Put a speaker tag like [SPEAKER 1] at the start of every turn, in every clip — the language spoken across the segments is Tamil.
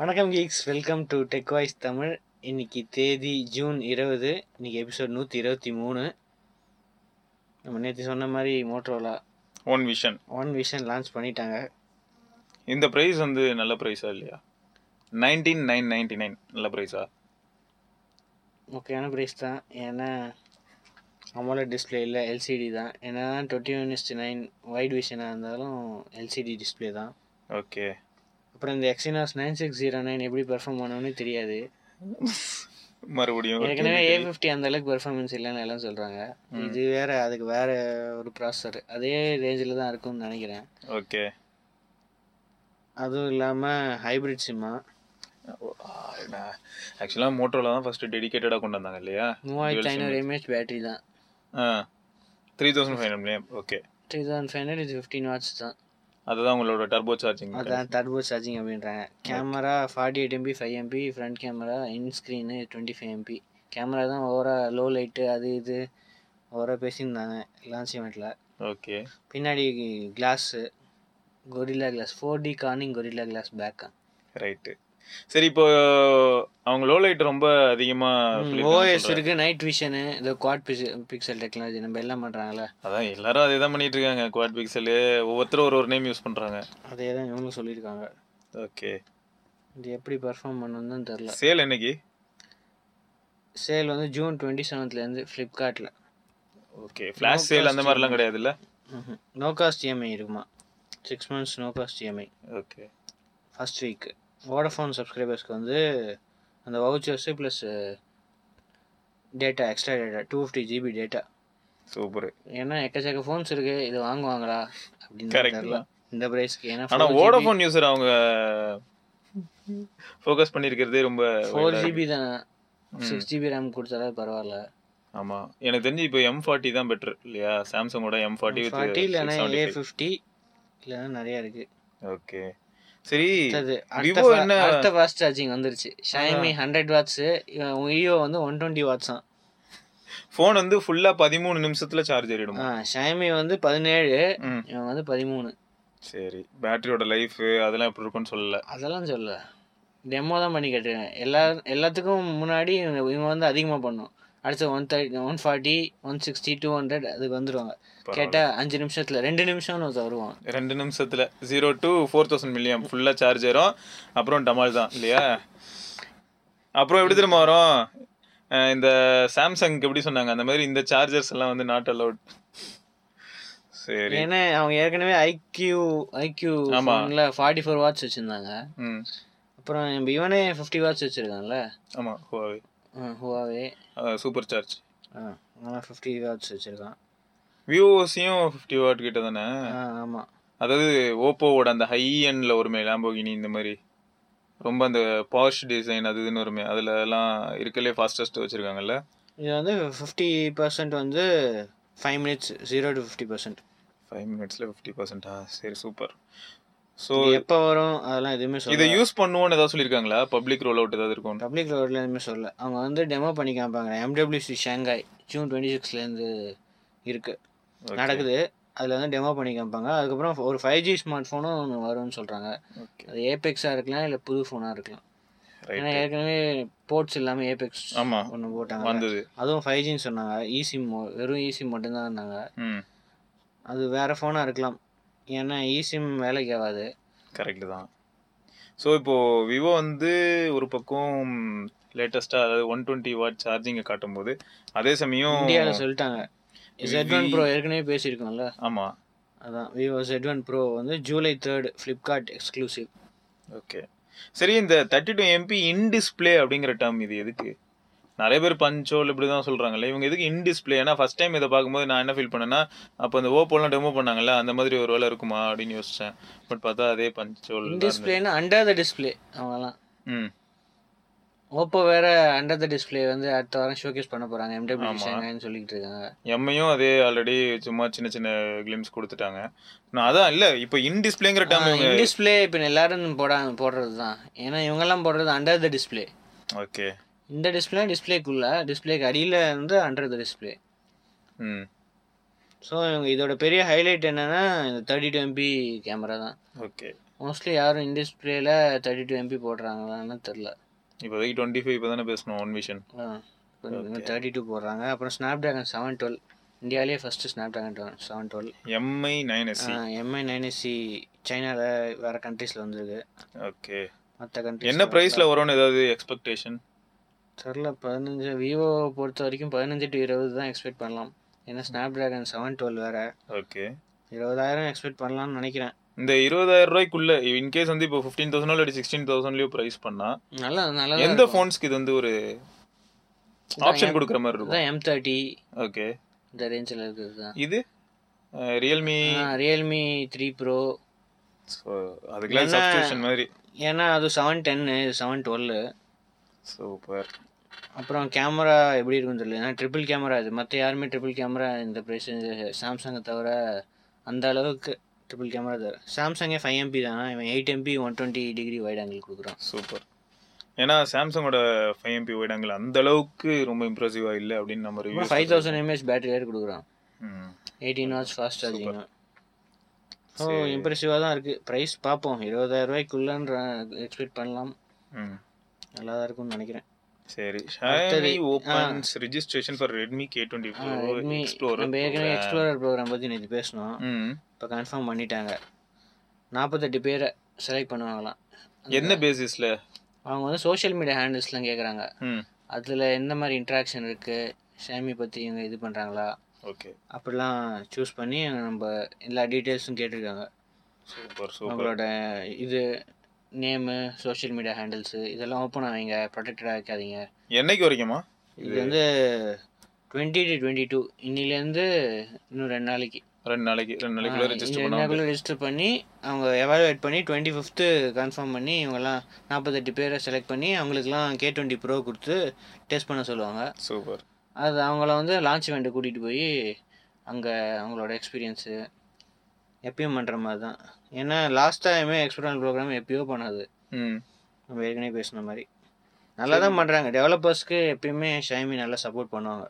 [SPEAKER 1] வணக்கம் geeks welcome to Tech Voice Tamil இன்னைக்கு தேதி ஜூன் இருபது இன்னைக்கு எபிசோட் நூற்றி இருபத்தி மூணு நம்ம நேற்று சொன்ன மாதிரி Motorola
[SPEAKER 2] one vision
[SPEAKER 1] one vision launch பண்ணிட்டாங்க
[SPEAKER 2] இந்த ப்ரைஸ் வந்து நல்ல ப்ரைஸா இல்லையா நைன்டீன் நைன் நைன்டி நைன் நல்ல ப்ரைஸா
[SPEAKER 1] முக்கியமான ப்ரைஸ் தான் ஏன்னா அமோல டிஸ்பிளே இல்லை எல்சிடி தான் ஏன்னா டுவெண்ட்டி ஒன் நைன் வைட் விஷனாக இருந்தாலும் எல்சிடி டிஸ்பிளே தான்
[SPEAKER 2] ஓகே
[SPEAKER 1] அப்புறம் இந்த Exynos nine six zero nine எப்படி பெர்ஃபார்ம் பண்ணணும்னு தெரியாது
[SPEAKER 2] மறுபடியும் ஒரு
[SPEAKER 1] ஏற்கனவே ஏ
[SPEAKER 2] கேள்வி.
[SPEAKER 1] ஃபிஃப்டி அந்த அளவுக்கு பெர்ஃபார்மன்ஸ் இல்லைன்னு எல்லாம் சொல்றாங்க இது வேற அதுக்கு வேற ஒரு ப்ராசஸர் அதே ரேஞ்சில் தான் இருக்கும்னு நினைக்கிறேன்
[SPEAKER 2] ஓகே
[SPEAKER 1] அதுவும் இல்லாமல் ஹைபிரிட் சிம்மா
[SPEAKER 2] ஆக்சுவலாக மோட்டோவில் தான் ஃபர்ஸ்ட் டெடிகேட்டடாக கொண்டு வந்தாங்க இல்லையா
[SPEAKER 1] மூவாயிரத்தி ஐநூறு எம்ஏஹெச் பேட்டரி தான்
[SPEAKER 2] three thousand five hundred okay
[SPEAKER 1] three thousand five hundred இது ஃபிஃப்டீன் வாட்ஸ் தான்
[SPEAKER 2] அதுதான் உங்களோட டர்போ சார்ஜிங்
[SPEAKER 1] அதான் டர்போ சார்ஜிங் அப்படின்றாங்க camera forty eight MP five MP front camera in screen twenty five MP camera தான் ஓவராக லோ லைட்டு அது இது ஓவராக பேசியிருந்தாங்க லான்ச் இவெண்ட்டில்
[SPEAKER 2] ஓகே
[SPEAKER 1] பின்னாடி glass Gorilla glass four D Corning Gorilla glass பேக்கா
[SPEAKER 2] ரைட்டு சரி இப்போ அவங்க லோ லைட் ரொம்ப
[SPEAKER 1] ஓஎஸ்
[SPEAKER 2] அதிகமாக
[SPEAKER 1] இருக்கு நைட் விஷனு இந்த குவாட் பிக்சல் டெக்னாலஜி நம்ம எல்லாம் பண்றாங்கல்ல
[SPEAKER 2] அதான் எல்லாரும் அதே தான் பண்ணிட்டு இருக்காங்க குவாட் பிக்சல் ஒவ்வொருத்தரும் ஒரு ஒரு நேம் யூஸ் பண்றாங்க
[SPEAKER 1] அதே தான் இவங்க சொல்லியிருக்காங்க
[SPEAKER 2] ஓகே
[SPEAKER 1] இது எப்படி பெர்ஃபார்ம் பண்ணணும்னு தெரில
[SPEAKER 2] சேல் என்னைக்கு
[SPEAKER 1] சேல் வந்து ஜூன் டுவெண்ட்டி செவன்த்லேருந்து ஃப்ளிப்கார்ட்டில்
[SPEAKER 2] ஓகே ஃபிளாஷ் சேல் அந்த மாதிரிலாம் கிடையாதுல்ல
[SPEAKER 1] நோ காஸ்ட் இஎம்ஐ E இருக்குமா six months no cost EMI
[SPEAKER 2] okay
[SPEAKER 1] first week Vodafone சப்ஸ்கிரைபர்ஸ்க்கு வந்து அந்த uh, vouchers plus data extra data two fifty GB data
[SPEAKER 2] super
[SPEAKER 1] ஏன்னா எக்கச்சக்க ஃபோன்ஸ் இருக்கு இது வாங்குவாங்களா அப்படின்னு
[SPEAKER 2] Correct
[SPEAKER 1] தெரியல
[SPEAKER 2] தான்.
[SPEAKER 1] இந்த ப்ரைஸ்க்கு ஏன்னா
[SPEAKER 2] ஆனா வோடஃபோன் யூசர் அவங்க ஃபோக்கஸ் பண்ணியிருக்கிறதே ரொம்ப
[SPEAKER 1] ஃபோர் ஜிபி தானே சிக்ஸ் ஜிபி ரேம் கொடுத்தாலே பரவாயில்ல
[SPEAKER 2] ஆமா எனக்கு தெரிஞ்சு இப்போ எம் ஃபார்ட்டி தான் பெட்டர் இல்லையா சாம்சங்கோட எம் ஃபார்ட்டி
[SPEAKER 1] ஃபார்ட்டி இல்லைன்னா ஏ
[SPEAKER 2] வித்
[SPEAKER 1] ஃபிஃப்டி இல்லைன்னா நிறைய இருக்கு
[SPEAKER 2] ஓகே சரி
[SPEAKER 1] அடுத்தது
[SPEAKER 2] விவோ என்ன
[SPEAKER 1] அடுத்த அடுத்த ஃபாஸ்ட் சார்ஜிங் வந்துருச்சு ஷாயமி ஹண்ட்ரட் வாட்ஸ் விவோ வந்து ஒன் டுவெண்ட்டி வாட்ஸ் தான்
[SPEAKER 2] ஃபோன் வந்து ஃபுல்லா பதிமூணு நிமிஷத்துல சார்ஜ் ஏறிடுமா
[SPEAKER 1] ஷாயமி வந்து பதினேழு
[SPEAKER 2] ம்.
[SPEAKER 1] இவன் வந்து பதிமூணு
[SPEAKER 2] சரி பேட்டரியோட லைஃப் அதெல்லாம் எப்படி இருக்கும்னு சொல்லல
[SPEAKER 1] அதெல்லாம் சொல்லல டெமோ தான் பண்ணி கேட்டிருக்கேன் எல்லா எல்லாத்துக்கும் முன்னாடி இவங்க இவங்க வந்து அதிகமாக பண்ணும் அடுத்து one thirty one forty one sixty two hundred அதுக்கு வந்துடுவாங்க கேட்டால் அஞ்சு நிமிஷத்தில் ரெண்டு நிமிஷம்னு ஒருத்தன் வருவான்
[SPEAKER 2] ரெண்டு நிமிஷத்துல zero to four thousand milliamp ஃபுல்லா சார்ஜ் ஏறும் அப்புறம் டமால் தான் இல்லையா அப்புறம் எப்படி திரும்ப வரும் அஹ் இந்த சாம்சங்க்கு எப்படி சொன்னாங்க அந்த மாதிரி இந்த சார்ஜர்ஸ் எல்லாம் வந்து நாட் அலவுட் சரி
[SPEAKER 1] ஏன்னா அவங்க ஏற்கனவே ஐக்யூ ஐக்யூ
[SPEAKER 2] ஆமா.
[SPEAKER 1] ஃபோனில் ஃபார்ட்டி ஃபோர் வாட்ஸ் வச்சுருந்தாங்க
[SPEAKER 2] ம்
[SPEAKER 1] அப்புறம் நம்ம இவனே ஃபிஃப்டி வாட்ஸ் வச்சுருக்கான்ல
[SPEAKER 2] ஆமா ஹுவாவே
[SPEAKER 1] ஹுவாவே
[SPEAKER 2] சூப்பர் சார்ஜ்
[SPEAKER 1] ஆனால் ஃபிஃப்டி வாட்ஸ் வச்சுருக்கான்
[SPEAKER 2] விவோஸையும் ஃபிஃப்டி வாட் கிட்ட தானே
[SPEAKER 1] ஆமாம்
[SPEAKER 2] அதாவது ஓப்போவோட அந்த ஹை எண்ட்ல ஒருமே லாம்போகினி இந்த மாதிரி ரொம்ப அந்த பாஷ் டிசைன் அது இதுன்னு ஒருமே அதுல எல்லாம் இருக்கலே ஃபாஸ்டஸ்ட் வச்சிருக்காங்கல்ல
[SPEAKER 1] இது வந்து ஃபிஃப்டி பர்சன்ட் வந்து five minutes zero to fifty percent
[SPEAKER 2] five மினிட்ஸில் ஃபிஃப்டி பர்சன்டா சரி சூப்பர் ஸோ
[SPEAKER 1] எப்போ வரும் அதெல்லாம் எதுவுமே
[SPEAKER 2] இதை
[SPEAKER 1] சொல்ல
[SPEAKER 2] யூஸ் பண்ணுவோன்னு ஏதாவது சொல்லியிருக்காங்களா பப்ளிக் ரோல் அவுட் ஏதாவது இருக்கும்
[SPEAKER 1] பப்ளிக் ரோட்ல எதுவுமே சொல்ல அவங்க வந்து டெமோ பண்ணி காமிப்பாங்க எம்டபிள்யூசி ஷாங்காய் ஜூன் டுவெண்ட்டி சிக்ஸ்லேருந்து இருக்குது நடக்குது அதில் வந்து டெமோ பண்ணி காமிப்பாங்க அதுக்கப்புறம் ஒரு ஃபைவ் ஜி ஸ்மார்ட் ஃபோனும் ஒன்று வரும்னு சொல்கிறாங்க
[SPEAKER 2] ஓகே
[SPEAKER 1] அது ஏபெக்ஸாக இருக்கலாம் இல்லை புது ஃபோனாக இருக்கலாம் ஏன்னா
[SPEAKER 2] ரைட்
[SPEAKER 1] ஏற்கனவே போர்ட்ஸ் இல்லாமல் ஏபெக்ஸ்
[SPEAKER 2] ஆமா.
[SPEAKER 1] ஒன்று போட்டாங்க
[SPEAKER 2] வந்தது
[SPEAKER 1] அதுவும் ஃபைவ் ஜின்னு சொன்னாங்க ஈசிம் வெறும் ஈசிம் மட்டும்தான் இருந்தாங்க
[SPEAKER 2] ம்
[SPEAKER 1] அது வேறு ஃபோனாக இருக்கலாம் ஏன்னா ஈசிம் வேலைக்கு ஆகாது
[SPEAKER 2] கரெக்டு தான் ஸோ இப்போது விவோ வந்து ஒரு பக்கம் லேட்டஸ்ட்டாக அதாவது ஒன் டுவெண்ட்டி வாட் சார்ஜிங்கை காட்டும்போது அதே
[SPEAKER 1] இந்தியாவில்
[SPEAKER 2] சமயம்
[SPEAKER 1] சொல்லிட்டாங்க Z1 ஒன் ப்ரோ ஏற்கனவே பேசியிருக்கோம்ல
[SPEAKER 2] ஆமாம்
[SPEAKER 1] அதான் விவோ Z1 ஒன் ப்ரோ வந்து July third Flipkart exclusive
[SPEAKER 2] okay சரி இந்த thirty two MP in display அப்படிங்கிற டேர்ம் இது எதுக்கு நிறைய பேர் பஞ்சோல் இப்படி தான் சொல்கிறாங்களே இவங்க எதுக்கு இன் டிஸ்பிளே ஏன்னா ஃபஸ்ட் டைம் இதை பார்க்கும்போது நான் என்ன ஃபீல் பண்ணேன்னா அப்போ அந்த ஓப்போலாம் டெமோ பண்ணாங்கல்ல அந்த மாதிரி ஒரு வேலை இருக்குமா அப்படின்னு யோசித்தேன் பட் பார்த்தா அதே பஞ்சோல்
[SPEAKER 1] டிஸ்பிளேனா அண்டர் த டிஸ்பிளே அவங்கலாம்
[SPEAKER 2] ம்
[SPEAKER 1] ஓப்போ வேற அண்டர் த டிஸ்பிளே வந்து அடுத்த வாரம் ஷோகேஸ் பண்ண போறாங்க எம்டபிள்யூ ஷாங்காய்னு சொல்லிட்டு இருக்காங்க
[SPEAKER 2] எம்ஐயும் அதே ஆல்ரெடி சும்மா சின்ன சின்ன கிளிம்ஸ் கொடுத்துட்டாங்க நான் அதான் இல்லை இப்போ இன் டிஸ்பிளேங்கிற டேர்ம் இவங்க
[SPEAKER 1] டிஸ்பிளே இப்போ எல்லாரும் போட போடுறது தான் ஏன்னா இவங்கெல்லாம் போடுறது அண்டர் த டிஸ்பிளே
[SPEAKER 2] ஓகே
[SPEAKER 1] இந்த டிஸ்பிளே டிஸ்பிளேக்குள்ள டிஸ்பிளேக்கு அடியில் வந்து அண்டர் த டிஸ்பிளே
[SPEAKER 2] ம்
[SPEAKER 1] ஸோ இதோட பெரிய ஹைலைட் என்னன்னா இந்த தேர்ட்டி டூ எம்பி கேமரா தான்
[SPEAKER 2] ஓகே
[SPEAKER 1] மோஸ்ட்லி யாரும் இண்டிஸ்பிளேல தேர்ட்டி டூ எம்பி போடுறாங்களான்னு தெரில
[SPEAKER 2] இப்போதைக்கு டுவெண்ட்டி ஃபைவ் இப்போ தானே பேசணும் ஒன் விஷன்
[SPEAKER 1] தேர்ட்டி டூ போடுறாங்க அப்புறம் ஸ்னாப் ட்ராகன் செவன் டுவெல் இந்தியாவிலே first Snapdragon seven twelve
[SPEAKER 2] Mi nine SC
[SPEAKER 1] Mi நைன்எஸ்சி சைனாவில் வேறு கண்ட்ரீஸில் வந்திருக்கு
[SPEAKER 2] ஓகே
[SPEAKER 1] மற்ற கண்ட்ரி
[SPEAKER 2] என்ன ப்ரைஸ்ல வரும்னு ஏதாவது எக்ஸ்பெக்டேஷன்
[SPEAKER 1] தெரில பதினஞ்சு விவோ பொறுத்த வரைக்கும் பதினஞ்சு டு இருபது தான் எக்ஸ்பெக்ட் பண்ணலாம் ஏன்னா ஸ்னாப் ட்ராகன் செவன் டுவெல் வேறு
[SPEAKER 2] ஓகே
[SPEAKER 1] இருபதாயிரம் எக்ஸ்பெக்ட் பண்ணலாம்னு நினைக்கிறேன்
[SPEAKER 2] இந்த இருபதாயிரம் ரூபாய்க்குள்ள இன்கேஸ் வந்து இப்போ ஃபிஃப்டீன் தௌசண்டோ இல்லை சிக்ஸ்டீன் தௌசண்ட்லயோ ப்ரைஸ் பண்ணா
[SPEAKER 1] நல்லா நல்லா
[SPEAKER 2] எந்த ஃபோன்ஸ்க்கு இது வந்து ஒரு ஆப்ஷன் கொடுக்குற மாதிரி இருக்கும்
[SPEAKER 1] தான் எம் தேர்ட்டி
[SPEAKER 2] ஓகே
[SPEAKER 1] இந்த ரேஞ்சில் இருக்கிறது தான்
[SPEAKER 2] இது Realme
[SPEAKER 1] Realme three pro
[SPEAKER 2] so அதுக்கெல்லாம்
[SPEAKER 1] என்ன-
[SPEAKER 2] சப்ஸ்கிரிப்ஷன் மாதிரி
[SPEAKER 1] ஏன்னா அது seven ten seven twelve
[SPEAKER 2] super
[SPEAKER 1] அப்புறம் கேமரா எப்படி இருக்கும்னு தெரியல ஏன்னா ட்ரிபிள் கேமரா இது மற்ற யாருமே ட்ரிபிள் கேமரா இந்த ப்ரைஸ் சாம்சங்கை தவிர அந்த அளவுக்கு ட்ரிபிள் கேமரா தவிர சாம்சங்கே ஃபைவ் எம்பி தானா இவன் eight MP one twenty degree wide angle கொடுக்குறான்
[SPEAKER 2] சூப்பர் ஏன்னா சாம்சங்கோட ஃபைவ் எம்பி வைடாங்கல அந்த அளவுக்கு ரொம்ப இம்ப்ரெசிவா இல்லை அப்படின்னு நம்ம review
[SPEAKER 1] five thousand mAh battery வேறு கொடுக்குறான் எயிட்டீன் ஹவர்ஸ் ஃபாஸ்ட் சார்ஜிங் ஓ இம்ப்ரெசிவாக தான் இருக்குது ப்ரைஸ் பார்ப்போம் இருபதாயிரம் ரூபாய்க்குள்ளன்ற எக்ஸ்பெக்ட் பண்ணலாம் நல்லா தான் இருக்கும்னு நினைக்கிறேன்
[SPEAKER 2] சரி
[SPEAKER 1] அடுத்தது,
[SPEAKER 2] Xiaomi opens registration for Redmi K twenty four
[SPEAKER 1] Redmi
[SPEAKER 2] explorer
[SPEAKER 1] நம்ம ஏற்கனவே எக்ஸ்ப்ளோரர் ப்ரோக்ராம் பற்றி நேற்று பேசணும் இப்போ கன்ஃபார்ம் பண்ணிட்டாங்க நாற்பத்தெட்டு பேரை செலக்ட் பண்ணுவாங்களாம்
[SPEAKER 2] என்ன பேசிஸ்ல
[SPEAKER 1] அவங்க வந்து சோஷியல் மீடியா ஹேண்டில்ஸ்லாம் கேட்குறாங்க அதில் எந்த மாதிரி இன்ட்ராக்ஷன் இருக்குது ஷாமி பற்றி இவங்க இது பண்ணுறாங்களா
[SPEAKER 2] ஓகே
[SPEAKER 1] அப்படிலாம் சூஸ் பண்ணி நம்ம எல்லா டீட்டெயில்ஸும் கேட்டிருக்காங்க
[SPEAKER 2] சூப்பர் சூப்பர்
[SPEAKER 1] அவங்களோட இது நேமு சோஷியல் மீடியா ஹேண்டில்ஸு இதெல்லாம் ஓப்பன் ஆவீங்க ப்ரொடெக்டடாக வைக்காதீங்க
[SPEAKER 2] என்னைக்கு வரைக்குமா
[SPEAKER 1] இது வந்து டுவெண்ட்டி டு டுவெண்ட்டி டூ இன்னிலேருந்து இன்னும் ரெண்டு நாளைக்கு
[SPEAKER 2] ரெண்டு நாளைக்கு ரெண்டு நாளைக்குள்ள ரெஜிஸ்டர்
[SPEAKER 1] இந்த
[SPEAKER 2] பண்ணுவாங்க
[SPEAKER 1] நாளுக்குள்ள ரெஜிஸ்டர் பண்ணி அவங்க எவாலுவேட் பண்ணி டுவெண்ட்டி ஃபிஃப்த்து கன்ஃபார்ம் பண்ணி இவங்கெல்லாம் நாற்பத்தெட்டு பேரை செலக்ட் பண்ணி அவங்களுக்குலாம் கே டுவெண்ட்டி ப்ரோ கொடுத்து டெஸ்ட் பண்ண சொல்லுவாங்க
[SPEAKER 2] சூப்பர்
[SPEAKER 1] அது அவங்கள வந்து லான்ச் இவெண்ட்டு கூட்டிகிட்டு போய் அங்கே அவங்களோட எக்ஸ்பீரியன்ஸு எப்பயும் பண்ணுற மாதிரி தான் ஏன்னா லாஸ்ட் டைமே எக்ஸ்பீரியன்ஸ் ப்ரோக்ராம் எப்பயோ பண்ணாது
[SPEAKER 2] ம்
[SPEAKER 1] நம்ம ஏற்கனவே பேசின மாதிரி நல்லா தான் பண்ணுறாங்க டெவலப்பர்ஸ்க்கு எப்பயுமே ஷைமி நல்லா சப்போர்ட் பண்ணுவாங்க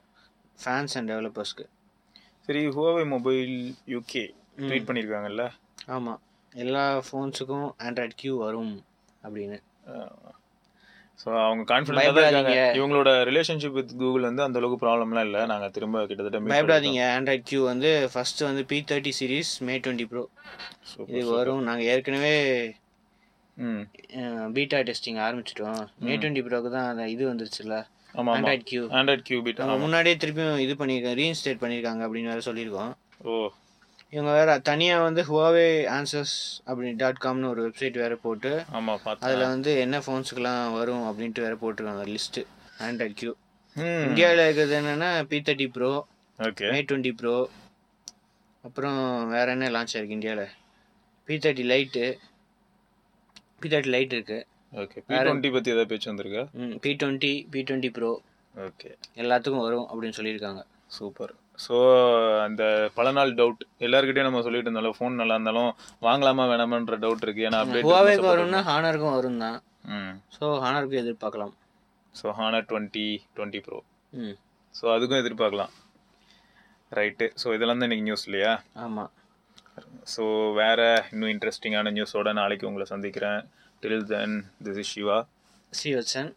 [SPEAKER 1] ஃபேன்ஸ் அண்ட் டெவலப்பர்ஸ்க்கு
[SPEAKER 2] சரி ஹுவாவை மொபைல் யூகே ட்வீட் பண்ணியிருக்காங்கல்ல
[SPEAKER 1] ஆமாம் எல்லா ஃபோன்ஸுக்கும் ஆண்ட்ராய்ட் கியூ வரும் அப்படின்னு
[SPEAKER 2] ஸோ அவங்க கான்ஃபிடென்ட்டாக தான் இருக்காங்க இவங்களோட ரிலேஷன்ஷிப் வித் கூகுள் வந்து அந்த அளவுக்கு ப்ராப்ளம்லாம் இல்லை நாங்கள் திரும்ப கிட்டத்தட்ட meet
[SPEAKER 1] பயப்படாதீங்க ஆண்ட்ராய்ட் கியூ வந்து ஃபஸ்ட்டு வந்து P thirty series Mate twenty pro
[SPEAKER 2] பண்ணிட்டோம். சூப்பர்
[SPEAKER 1] இது வரும் நாங்கள் ஏற்கனவே
[SPEAKER 2] ம்
[SPEAKER 1] பீட்டா டெஸ்டிங் ஆரம்பிச்சிட்டோம் மே டுவெண்ட்டி ப்ரோக்கு தான் அந்த இது வந்துருச்சுல்ல
[SPEAKER 2] ஆமாம் ஆமாம்
[SPEAKER 1] ஆண்ட்ராய்ட் கியூ
[SPEAKER 2] ஆண்ட்ராய்ட் கியூபிட்
[SPEAKER 1] நம்ம முன்னாடியே திருப்பியும் இது பண்ணியிருக்கோம் ரீஇன்ஸ்டேட் பண்ணியிருக்காங்க அப்படின்னு வேற சொல்லியிருக்கோம்
[SPEAKER 2] ஓ
[SPEAKER 1] இவங்க வேற தனியாக வந்து ஹுவாவே ஆன்சர்ஸ் அப்படி டாட் காம்னு ஒரு வெப்சைட் வேற போட்டு
[SPEAKER 2] ஆமாம் பார்த்தேன்
[SPEAKER 1] அதில் வந்து என்ன ஃபோன்ஸுக்கெல்லாம் வரும் அப்படின்ட்டு வேற போட்டிருக்காங்க லிஸ்ட்டு ஆண்ட்ராய்ட் கியூ
[SPEAKER 2] ம்
[SPEAKER 1] இந்தியாவில் இருக்கிறது என்னன்னா P thirty pro
[SPEAKER 2] okay
[SPEAKER 1] Mate twenty pro அப்புறம் வேற என்ன லான்ச் ஆயிருக்கு இந்தியாவில் P thirty lite P thirty lite இருக்கு
[SPEAKER 2] ஓகே பி டுவெண்ட்டி பற்றி ஏதாவது பேச்சு வந்திருக்கா
[SPEAKER 1] P twenty P twenty pro
[SPEAKER 2] okay
[SPEAKER 1] எல்லாத்துக்கும் வரும் அப்படின்னு சொல்லியிருக்காங்க
[SPEAKER 2] சூப்பர் ஸோ அந்த பல நாள் டவுட் எல்லாருக்கிட்டையும் நம்ம சொல்லிட்டு இருந்தாலும் ஃபோன் நல்லா இருந்தாலும் வாங்கலாமா வேணாமான்ற டவுட் இருக்கு ஏன்னா
[SPEAKER 1] ஹுவாவேக்கு
[SPEAKER 2] அப்டேட்
[SPEAKER 1] வரும்னா ஹானருக்கும் வரும் தான்
[SPEAKER 2] ம்
[SPEAKER 1] ஸோ ஹானருக்கும் எதிர்பார்க்கலாம்
[SPEAKER 2] so Honor twenty twenty pro
[SPEAKER 1] ம்
[SPEAKER 2] ஸோ அதுக்கும் எதிர்பார்க்கலாம் ரைட்டு ஸோ இதெல்லாம் தான் இன்னைக்கு நியூஸ் இல்லையா
[SPEAKER 1] ஆமாம்
[SPEAKER 2] ஸோ வேற இன்னும் இன்ட்ரெஸ்டிங்கான நியூஸோட நாளைக்கு உங்களை சந்திக்கிறேன் till then this is Siva
[SPEAKER 1] C வச்சன்